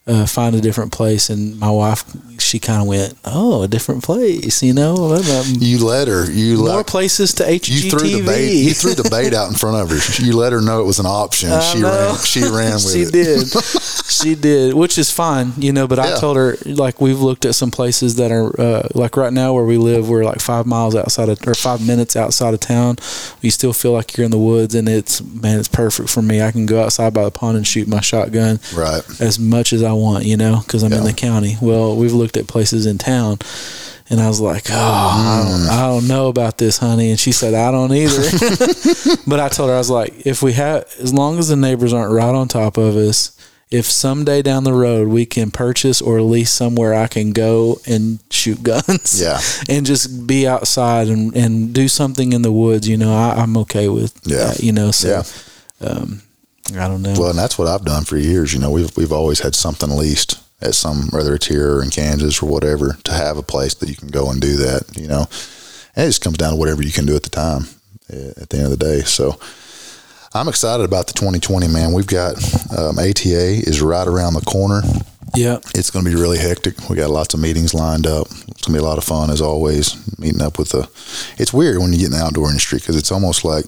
Speaker 2: uh, find a different place. And my wife, she kind of went, "Oh, a different place," you know. Well, um,
Speaker 1: You let her. You
Speaker 2: More
Speaker 1: let.
Speaker 2: places to HGTV.
Speaker 1: You threw the bait. You threw the bait out in front of her. You let her know it was an option.
Speaker 2: I
Speaker 1: she
Speaker 2: know.
Speaker 1: ran. She ran with
Speaker 2: <laughs> she
Speaker 1: it.
Speaker 2: did.
Speaker 1: <laughs>
Speaker 2: she did, which is fine, you know. But I
Speaker 1: Yeah.
Speaker 2: told her like we've looked at some places that are uh, like right now where we live, we're like five miles outside of or five minutes outside of town. You still feel like you're in the woods, and it's man, it's perfect for me. I can go outside by the pond and shoot my shotgun
Speaker 1: Right.
Speaker 2: as much as I want, you know, because I'm in
Speaker 1: Yeah.
Speaker 2: the county. Well, we've looked at places in town, and I was like, oh, I,
Speaker 1: Mm.
Speaker 2: don't, I don't know about this, honey. And she said, I
Speaker 1: <laughs>
Speaker 2: don't either. <laughs> but I told her, I was like, if we have, as long as the neighbors aren't right on top of us, if someday down the road we can purchase or lease somewhere I can go and shoot guns
Speaker 1: Yeah.
Speaker 2: <laughs> and just be outside and, and do something in the woods, you know, I, I'm okay with
Speaker 1: Yeah.
Speaker 2: that, you know, so um,
Speaker 1: Yeah.
Speaker 2: I don't know.
Speaker 1: Well, and that's what I've done for years. You know, we've we've always had something leased at some, whether it's here or in Kansas or whatever, to have a place that you can go and do that. You know, and it just comes down to whatever you can do at the time. eh, At the end of the day, so I'm excited about the 2020 man. We've got um, ATA is right around the corner.
Speaker 2: yeah.
Speaker 1: It's going to be really hectic. We got lots of meetings lined up. It's going to be a lot of fun as always. Meeting up with the. It's weird when you get in the outdoor industry because it's almost like.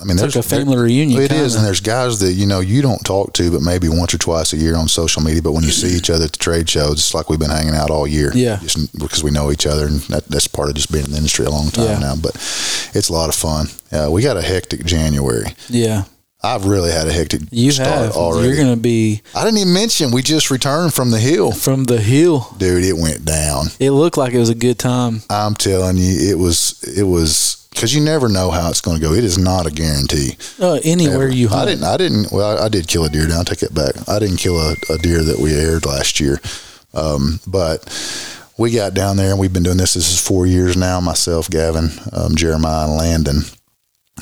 Speaker 1: I mean,
Speaker 2: It's
Speaker 1: there's
Speaker 2: like a family reunion.
Speaker 1: it is,
Speaker 2: kinda.
Speaker 1: and there's guys that you know you don't talk to, but maybe once or twice a year on social media. But when you see each other at the trade shows, it's like we've been hanging out all year,
Speaker 2: Yeah.
Speaker 1: just because we know each other, and that, that's part of just being in the industry a long time
Speaker 2: Yeah.
Speaker 1: now. But it's a lot of fun. Uh, we got a hectic January.
Speaker 2: Yeah.
Speaker 1: I've really had a hectic
Speaker 2: You
Speaker 1: start
Speaker 2: have.
Speaker 1: already.
Speaker 2: You're going to be
Speaker 1: I didn't even mention we just returned from the hill,
Speaker 2: from the hill.
Speaker 1: dude. It went down.
Speaker 2: It looked like it was a good time.
Speaker 1: I'm telling you, it was it was because you never know how it's going to go. It is not a guarantee.
Speaker 2: Uh, anywhere
Speaker 1: ever.
Speaker 2: you
Speaker 1: I
Speaker 2: hunt.
Speaker 1: didn't. I didn't. Well, I, I did kill a deer. Now I take it back. I didn't kill a, a deer that we aired last year. Um, but we got down there and we've been doing this. This is four years now. Myself, Gavin, um, Jeremiah, and Landon,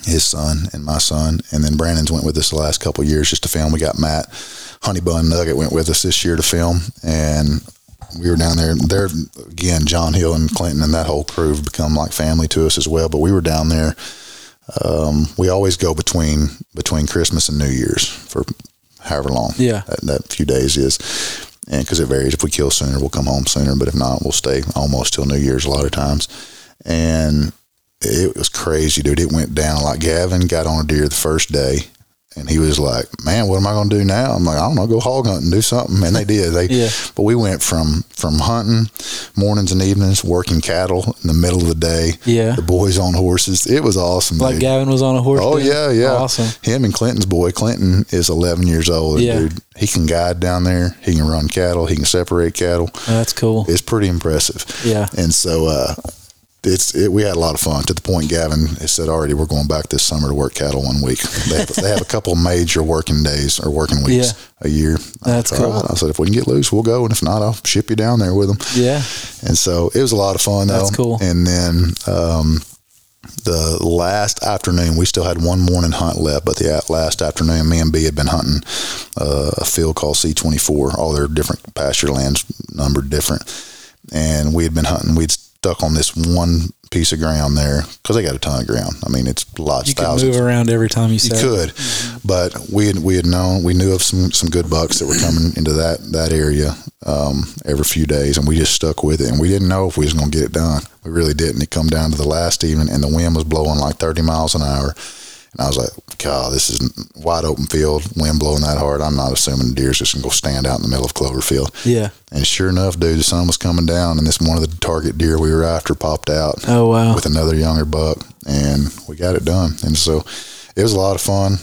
Speaker 1: his son, and my son, and then Brandon's went with us the last couple of years just to film. We got Matt Honey Bun Nugget went with us this year to film and. We were down there. There again, John Hill and Clinton and that whole crew have become like family to us as well. But we were down there um, we always go between between Christmas and New Year's for however long.
Speaker 2: Yeah.
Speaker 1: that, that few days is, and because it varies. If we kill sooner, we'll come home sooner. But if not, we'll stay almost till New Year's a lot of times. And it was crazy, dude. It went down like Gavin got on a deer the first day. And he was like, "Man, what am I going to do now?" I'm like, "I don't know. Go hog hunting, do something." And they did. They,
Speaker 2: Yeah.
Speaker 1: but we went from from hunting, mornings and evenings, working cattle in the middle of the day.
Speaker 2: Yeah.
Speaker 1: the boys on horses. It was awesome.
Speaker 2: Like
Speaker 1: dude.
Speaker 2: Gavin was on a horse.
Speaker 1: Oh
Speaker 2: then?
Speaker 1: yeah, yeah.
Speaker 2: Awesome.
Speaker 1: Him and Clinton's boy. Clinton is 11 years old.
Speaker 2: Yeah.
Speaker 1: Dude, he can guide down there. He can run cattle. He can separate cattle.
Speaker 2: Oh, That's cool.
Speaker 1: It's pretty impressive.
Speaker 2: Yeah.
Speaker 1: And so, uh, it's it, we had a lot of fun to the point Gavin has said already we're going back this summer to work cattle one week. They have, they have a couple major working days or working weeks
Speaker 2: Yeah.
Speaker 1: a year. I
Speaker 2: That's
Speaker 1: said, "All
Speaker 2: cool.
Speaker 1: I said if we can get loose, we'll go, and if not, I'll ship you down there with them.
Speaker 2: Yeah.
Speaker 1: And so it was a lot of fun though.
Speaker 2: That's cool.
Speaker 1: And then um, the last afternoon, we still had one morning hunt left, but the at- last afternoon, me and B had been hunting uh, a field called C24. All their different pasture lands numbered different. And we had been hunting. We'd stuck on this one piece of ground there because they got a ton of ground. I mean, it's lots,
Speaker 2: You could
Speaker 1: thousands.
Speaker 2: move around every time you
Speaker 1: You
Speaker 2: said.
Speaker 1: could, but we had, we had known we knew of some some good bucks that were coming into that that area um, every few days, and we just stuck with it, and we didn't know if we was going to get it done. We really didn't. It come down to the last evening, and the wind was blowing like thirty miles an hour, and I was like, "God, this is a wide open field, wind blowing that hard. I'm not assuming the deer's just going to go stand out in the middle of Cloverfield."
Speaker 2: Yeah.
Speaker 1: And sure enough, dude, the sun was coming down, and this one of the target deer we were after popped out
Speaker 2: Oh wow.
Speaker 1: with another younger buck, and we got it done. And so it was a lot of fun.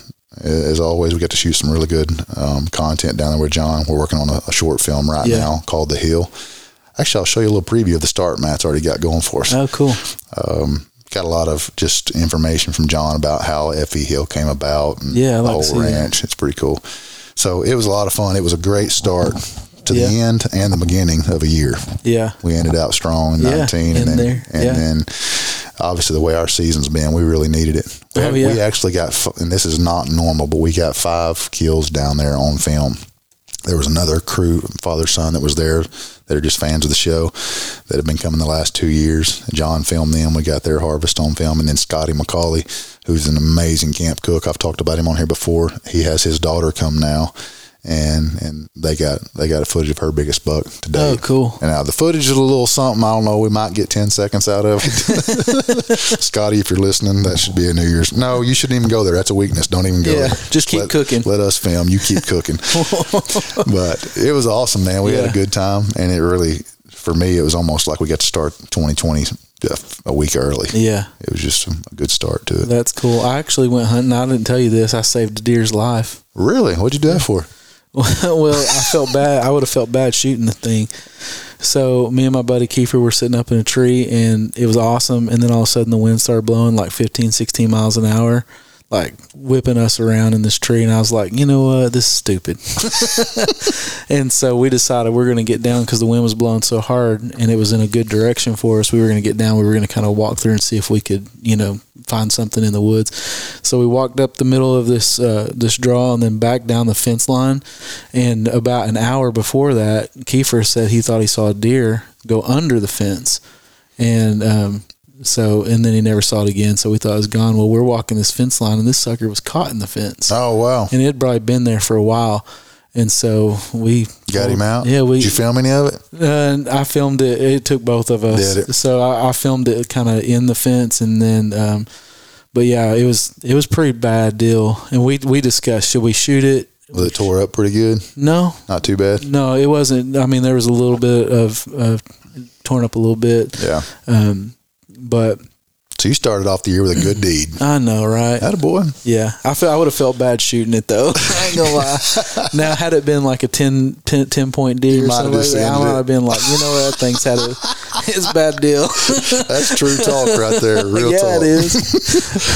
Speaker 1: As always, we got to shoot some really good um, content down there with John. We're working on a, a short film right
Speaker 2: Yeah.
Speaker 1: now called The Hill. Actually, I'll show you a little preview of the start Matt's already got going for us.
Speaker 2: Oh cool.
Speaker 1: Got a lot of just information from John about how Effie Hill came about and
Speaker 2: Yeah,
Speaker 1: the
Speaker 2: I'd like to see
Speaker 1: whole
Speaker 2: that.
Speaker 1: ranch. It's pretty cool. So it was a lot of fun. It was a great start to the
Speaker 2: Yeah.
Speaker 1: end and the beginning of a year
Speaker 2: Yeah.
Speaker 1: <laughs> we ended out strong in
Speaker 2: Yeah,
Speaker 1: 19 and
Speaker 2: in
Speaker 1: then,
Speaker 2: there,
Speaker 1: and
Speaker 2: yeah.
Speaker 1: then obviously the way our season's been we really needed it we,
Speaker 2: Oh, yeah.
Speaker 1: we actually got f- and this is not normal but we got five kills down there on film there was another crew father son that was there that are just fans of the show that have been coming the last two years john filmed them we got their harvest on film and then scotty mccauley who's an amazing camp cook i've talked about him on here before he has his daughter come now and and they got they got a footage of her biggest buck today
Speaker 2: Oh cool.
Speaker 1: and now the footage is a little something. I don't know. We might get 10 seconds out of it.
Speaker 2: <laughs>
Speaker 1: Scotty, if you're listening, that should be a New Year's. No, you shouldn't even go there. That's a weakness. Don't even go
Speaker 2: Yeah,
Speaker 1: there.
Speaker 2: just keep
Speaker 1: Let-
Speaker 2: cooking.
Speaker 1: Let us film. You keep cooking. but it was awesome, man. We had
Speaker 2: Yeah.
Speaker 1: a good time. And it really, for me, it was almost like we got to start 2020 a week early.
Speaker 2: Yeah.
Speaker 1: It was just a good start to it.
Speaker 2: That's cool. I actually went hunting. I didn't tell you this. I saved a deer's life.
Speaker 1: Really? What'd you do that for?
Speaker 2: <laughs> well, I felt bad. I would have felt bad shooting the thing. So me and my buddy Kiefer were sitting up in a tree, and it was awesome. And then all of a sudden, the wind started blowing like 15, 16 miles an hour, like whipping us around in this tree. And I was like, you know what? This is stupid. and so we decided we're going to get down because the wind was blowing so hard and it was in a good direction for us. We were going to get down. We were going to kind of walk through and see if we could, you know, find something in the woods. So we walked up the middle of this uh, this draw and then back down the fence line. And about an hour before that, Kiefer said he thought he saw a deer go under the fence, and um, so and then he never saw it again. So we thought it was gone. Well, we're walking this fence line, and this sucker was caught in the fence,
Speaker 1: Oh wow!
Speaker 2: and it had probably been there for a while. And so we
Speaker 1: Got him out.
Speaker 2: Yeah, we
Speaker 1: Did you film any of it?
Speaker 2: uh, I filmed it. It took both of us.
Speaker 1: Did it?
Speaker 2: So I, I filmed it kind of in the fence, and then, um, but yeah, it was it was pretty bad deal. And we we discussed should we shoot it?
Speaker 1: Was it tore up pretty good?
Speaker 2: No,
Speaker 1: Not too bad.
Speaker 2: no, it wasn't. I mean, there was a little bit of uh, torn up a little bit,
Speaker 1: Yeah.
Speaker 2: um, but
Speaker 1: So you started off the year with a good deed.
Speaker 2: I know, right?
Speaker 1: That a boy.
Speaker 2: Yeah, I feel I would have felt bad shooting it though. <laughs> I ain't gonna lie. now, had it been like a 10, 10, 10 point deer
Speaker 1: You
Speaker 2: or
Speaker 1: might have
Speaker 2: something, like
Speaker 1: just
Speaker 2: that, I
Speaker 1: ended
Speaker 2: might
Speaker 1: it.
Speaker 2: have been like, you know what, that thing's had a <laughs> it's a bad deal.
Speaker 1: That's true talk right there. Real
Speaker 2: yeah,
Speaker 1: talk.
Speaker 2: it is. <laughs>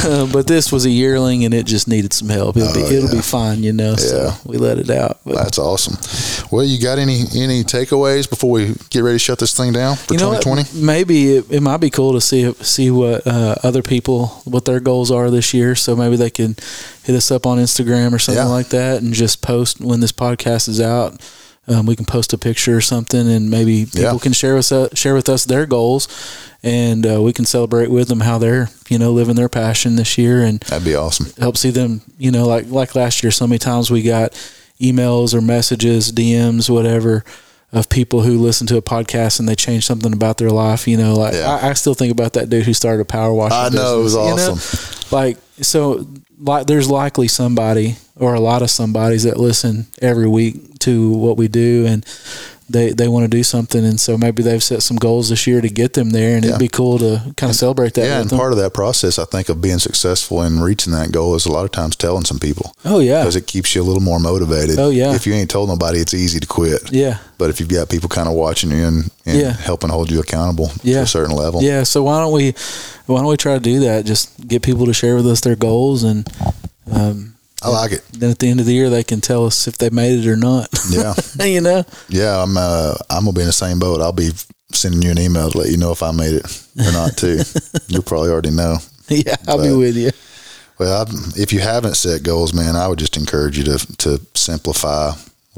Speaker 2: Uh, but this was a yearling, and it just needed some help. It'll, be,
Speaker 1: Oh,
Speaker 2: it'll
Speaker 1: yeah.
Speaker 2: be fine, you know.
Speaker 1: Yeah.
Speaker 2: So we let it out. But
Speaker 1: That's awesome. Well, you got any any takeaways before we get ready to shut this thing down for
Speaker 2: you know,
Speaker 1: 2020?
Speaker 2: what? maybe it, it might be cool to see see what uh, other people what their goals are this year. So maybe they can hit us up on Instagram or something
Speaker 1: Yeah.
Speaker 2: like that, and just post when this podcast is out. Um, we can post a picture or something, and maybe people
Speaker 1: Yeah.
Speaker 2: can share us uh, share with us their goals, and uh, we can celebrate with them how they're you know living their passion this year and
Speaker 1: That'd be awesome.
Speaker 2: help see them you know like like last year so many times we got emails or messages dms whatever of people who listen to a podcast and they change something about their life you know like
Speaker 1: Yeah.
Speaker 2: I, I still think about that dude who started a power washer
Speaker 1: I know, it was
Speaker 2: business, you know? like so like there's likely somebody or a lot of somebodies that listen every week to what we do and they, they want to do something and so maybe they've set some goals this year to get them there and
Speaker 1: Yeah.
Speaker 2: it'd be cool to kind of celebrate that
Speaker 1: Yeah,
Speaker 2: with
Speaker 1: and
Speaker 2: them.
Speaker 1: part of that process, I think, of being successful in reaching that goal is a lot of times telling some people
Speaker 2: oh yeah
Speaker 1: because it keeps you a little more motivated.
Speaker 2: Oh, yeah.
Speaker 1: If you ain't told nobody, it's easy to quit.
Speaker 2: yeah
Speaker 1: But if you've got people kind of watching you and, and
Speaker 2: Yeah.
Speaker 1: helping hold you accountable to
Speaker 2: Yeah.
Speaker 1: a certain level,
Speaker 2: Yeah, so why don't we why don't we try to do that? Just get people to share with us their goals, and um,
Speaker 1: I like it.
Speaker 2: then at the end of the year they can tell us if they made it or not. <laughs>
Speaker 1: Yeah.
Speaker 2: you know,
Speaker 1: Yeah, I'm uh, I'm gonna be in the same boat. I'll be sending you an email to let you know if I made it or not
Speaker 2: <laughs>
Speaker 1: too. you probably already know.
Speaker 2: yeah, I'll be
Speaker 1: But-
Speaker 2: with you.
Speaker 1: Well, i if you haven't set goals, man, I would just encourage you to to simplify.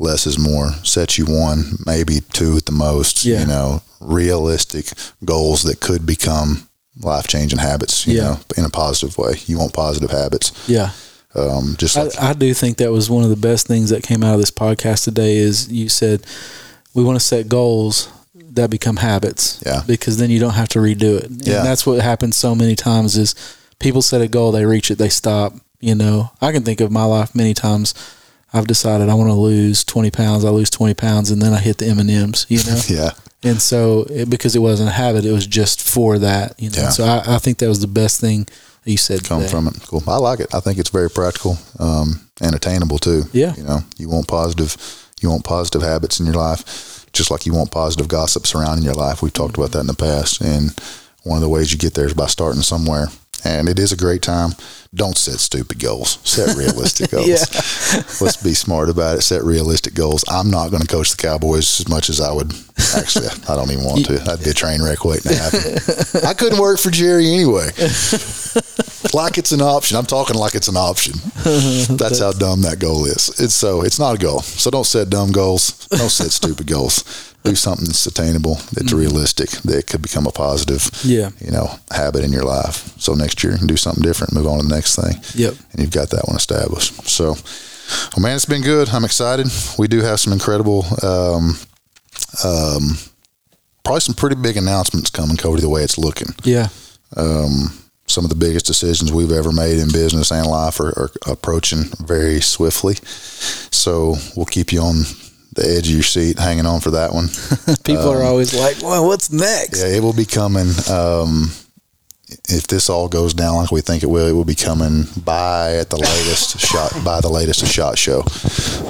Speaker 1: Less is more. Set you one, maybe two at the most.
Speaker 2: Yeah.
Speaker 1: You know, realistic goals that could become life changing habits. You
Speaker 2: Yeah.
Speaker 1: know, in a positive way. You want positive habits.
Speaker 2: Yeah,
Speaker 1: Um, just
Speaker 2: I,
Speaker 1: like
Speaker 2: I do think that was one of the best things that came out of this podcast today. Is you said we want to set goals that become habits.
Speaker 1: Yeah.
Speaker 2: because then you don't have to redo it. And
Speaker 1: Yeah.
Speaker 2: that's what happens so many times is people set a goal, they reach it, they stop. You know, I can think of my life many times. I've decided I want to lose 20 pounds. I lose 20 pounds and then I hit the M&Ms, you know?
Speaker 1: <laughs> yeah.
Speaker 2: and so it, because it wasn't a habit, it was just for that, you know?
Speaker 1: Yeah.
Speaker 2: So I, I think that was the best thing that you said
Speaker 1: come
Speaker 2: today.
Speaker 1: from it. Cool. I like it. I think it's very practical um, and attainable too.
Speaker 2: Yeah.
Speaker 1: You know, you want positive, you want positive habits in your life, just like you want positive gossip surrounding your life. We've talked about that in the past, and one of the ways you get there is by starting somewhere. And it is a great time. Don't set stupid goals. Set <laughs> realistic goals.
Speaker 2: Yeah.
Speaker 1: Let's be smart about it. Set realistic goals. I'm not going to coach the Cowboys as much as I would. Actually, I don't even <laughs> want to. That'd be a train wreck waiting to <laughs> happen. I couldn't work for Jerry anyway like it's an option. I'm talking like it's an
Speaker 2: <laughs>
Speaker 1: option. That's how dumb that goal is. It's so it's not a goal. So don't set dumb goals. Don't set stupid goals. Do something that's attainable, that's realistic, that could become a positive,
Speaker 2: Mm-hmm. Yeah.
Speaker 1: you know, habit in your life. So next year, do something different. Move on to the next thing
Speaker 2: Yep.
Speaker 1: and you've got that one established. So, well, man, it's been good. I'm excited. We do have some incredible, um, um, probably some pretty big announcements coming, Cody, the way it's looking.
Speaker 2: Yeah.
Speaker 1: Some of the biggest decisions we've ever made in business and life are, are approaching very swiftly. So, we'll keep you on the edge of your seat, hanging on for that one. <laughs>
Speaker 2: People are always like, well, what's next?
Speaker 1: Um, Yeah, it will be coming. Um, if this all goes down like we think it will, it will be coming by at the latest shot by the latest shot show,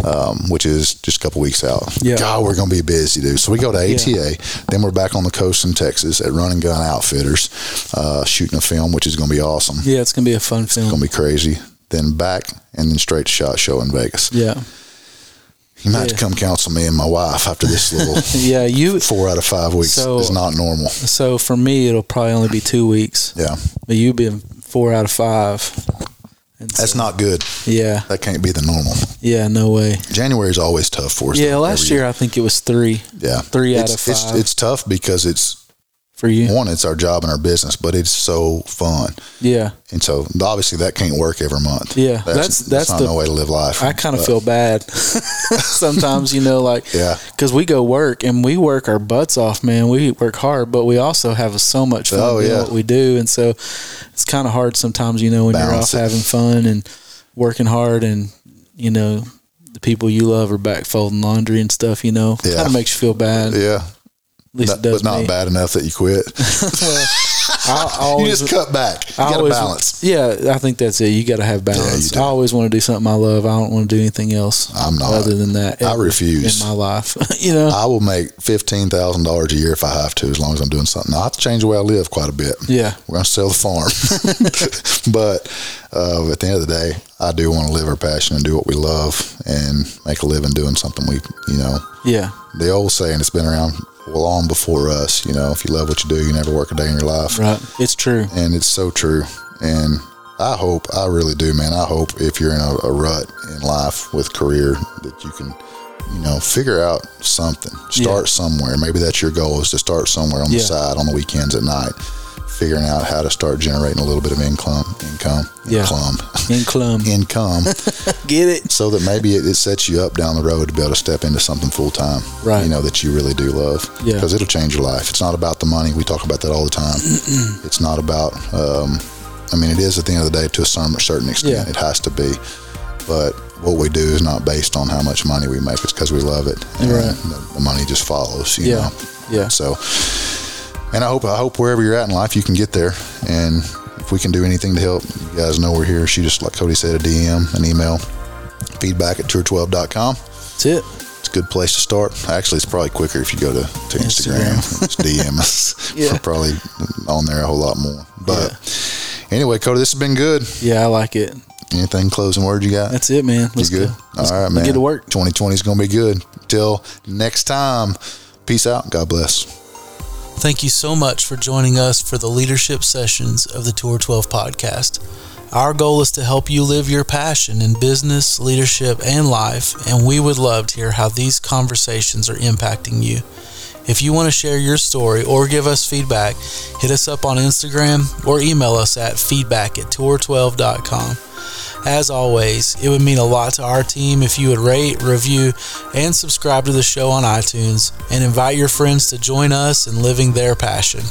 Speaker 1: um, which is just a couple weeks out.
Speaker 2: Yeah.
Speaker 1: God, we're gonna be busy, dude. So we go to ATA, then we're back on the coast in Texas at Run and Gun Outfitters, uh, shooting a film, which is gonna be awesome.
Speaker 2: Yeah, it's going to be a fun film.
Speaker 1: Gonna be crazy. then back, and then straight shot show in Vegas.
Speaker 2: Yeah.
Speaker 1: You might have to
Speaker 2: Yeah.
Speaker 1: come counsel me and my wife after this
Speaker 2: <laughs>
Speaker 1: little
Speaker 2: Yeah. You.
Speaker 1: four out of five weeks
Speaker 2: So-
Speaker 1: is not normal.
Speaker 2: So for me, it'll probably only be two weeks,
Speaker 1: Yeah,
Speaker 2: but you've been four out of five. And
Speaker 1: that's
Speaker 2: so-
Speaker 1: not good.
Speaker 2: Yeah.
Speaker 1: That can't be the normal.
Speaker 2: Yeah. No way.
Speaker 1: January is always tough for us.
Speaker 2: Yeah.
Speaker 1: though,
Speaker 2: Last
Speaker 1: every
Speaker 2: year, I think it was three
Speaker 1: yeah,
Speaker 2: three out
Speaker 1: it's,
Speaker 2: of
Speaker 1: it's-
Speaker 2: five.
Speaker 1: It's, tough because it's
Speaker 2: for you.
Speaker 1: one, it's our job and our business, but it's so fun,
Speaker 2: Yeah.
Speaker 1: and so obviously that can't work every month.
Speaker 2: Yeah, that's- that's
Speaker 1: not
Speaker 2: the-
Speaker 1: no way to live life.
Speaker 2: I kind of
Speaker 1: But,
Speaker 2: feel bad <laughs> sometimes, you know, like
Speaker 1: Yeah.
Speaker 2: because we go work and we work our butts off, man. We work hard, but we also have so much fun
Speaker 1: Oh,
Speaker 2: doing
Speaker 1: yeah.
Speaker 2: what we do, and so it's kind of hard sometimes, you know, when
Speaker 1: Balance
Speaker 2: you're
Speaker 1: it.
Speaker 2: off having fun and working hard, and you know, the people you love are back folding laundry and stuff. You know,
Speaker 1: Yeah.
Speaker 2: kind of makes you feel bad. At
Speaker 1: yeah,
Speaker 2: least
Speaker 1: not-
Speaker 2: it does
Speaker 1: but not
Speaker 2: me.
Speaker 1: bad enough that you quit. <laughs>
Speaker 2: I
Speaker 1: you
Speaker 2: always.
Speaker 1: just cut back. You
Speaker 2: I
Speaker 1: got to
Speaker 2: always-
Speaker 1: balance.
Speaker 2: Yeah, I think that's it. You got to have balance.
Speaker 1: do.
Speaker 2: I always want to do something I love. I don't want to do anything else.
Speaker 1: I'm not.
Speaker 2: Other than that,
Speaker 1: I
Speaker 2: ever
Speaker 1: refuse.
Speaker 2: in my life. <laughs> you know.
Speaker 1: I will make fifteen thousand dollars a year if I have to, as long as I'm doing something. I have to change the way I live quite a bit.
Speaker 2: yeah.
Speaker 1: We're gonna sell the farm, <laughs> but uh, at the end of the day, I do want to live our passion and do what we love and make a living doing something we, you know,
Speaker 2: Yeah.
Speaker 1: the old saying that's been around long before us. You know, if you love what you do, you never work a day in your life,
Speaker 2: Right. It's true.
Speaker 1: and it's so true. And I hope, I really do, man. I hope if you're in a, a rut in life with career, that you can, you know, figure out something. Start somewhere. Maybe that's your goal is to start somewhere on the
Speaker 2: Yeah.
Speaker 1: side on the weekends at night, figuring out how to start generating a little bit of income, income,
Speaker 2: Yeah.
Speaker 1: income, <laughs>
Speaker 2: In Clum.
Speaker 1: income,
Speaker 2: Get it.
Speaker 1: so that maybe it, it sets you up down the road to be able to step into something full time.
Speaker 2: Right.
Speaker 1: You know that you really do love.
Speaker 2: Yeah.
Speaker 1: Because it'll change your life. It's not about the money. We talk about that all the time. it's not about. Um, I mean, it is at the end of the day to a certain certain extent.
Speaker 2: Yeah.
Speaker 1: It has to be. But what we do is not based on how much money we make. It's because we love it, and
Speaker 2: Right.
Speaker 1: the, the money just follows. You
Speaker 2: Yeah.
Speaker 1: Know?
Speaker 2: Yeah.
Speaker 1: So, and I hope I hope wherever you're at in life, you can get there. And if we can do anything to help, you guys know we're here. Shoot us, like Cody said, a DM, an email, feedback at tour12.com.
Speaker 2: That's it.
Speaker 1: It's a good place to start. Actually, it's probably quicker if you go to, to Instagram. Just DM us.
Speaker 2: <laughs> Yeah.
Speaker 1: We're probably on there a whole lot more. But anyway, Cody, this has been good.
Speaker 2: Yeah, I like it.
Speaker 1: Anything closing word you got?
Speaker 2: That's it, man. Let's
Speaker 1: you good?
Speaker 2: go.
Speaker 1: All right, man.
Speaker 2: get to work.
Speaker 1: 2020 is going to be good. Till next time, peace out. God bless.
Speaker 3: Thank you so much for joining us for the leadership sessions of the Tour 12 podcast. Our goal is to help you live your passion in business, leadership, and life, and we would love to hear how these conversations are impacting you. If you want to share your story or give us feedback, hit us up on Instagram or email us at feedback at tour12.com. As always, it would mean a lot to our team if you would rate, review, and subscribe to the show on iTunes and invite your friends to join us in living their passion.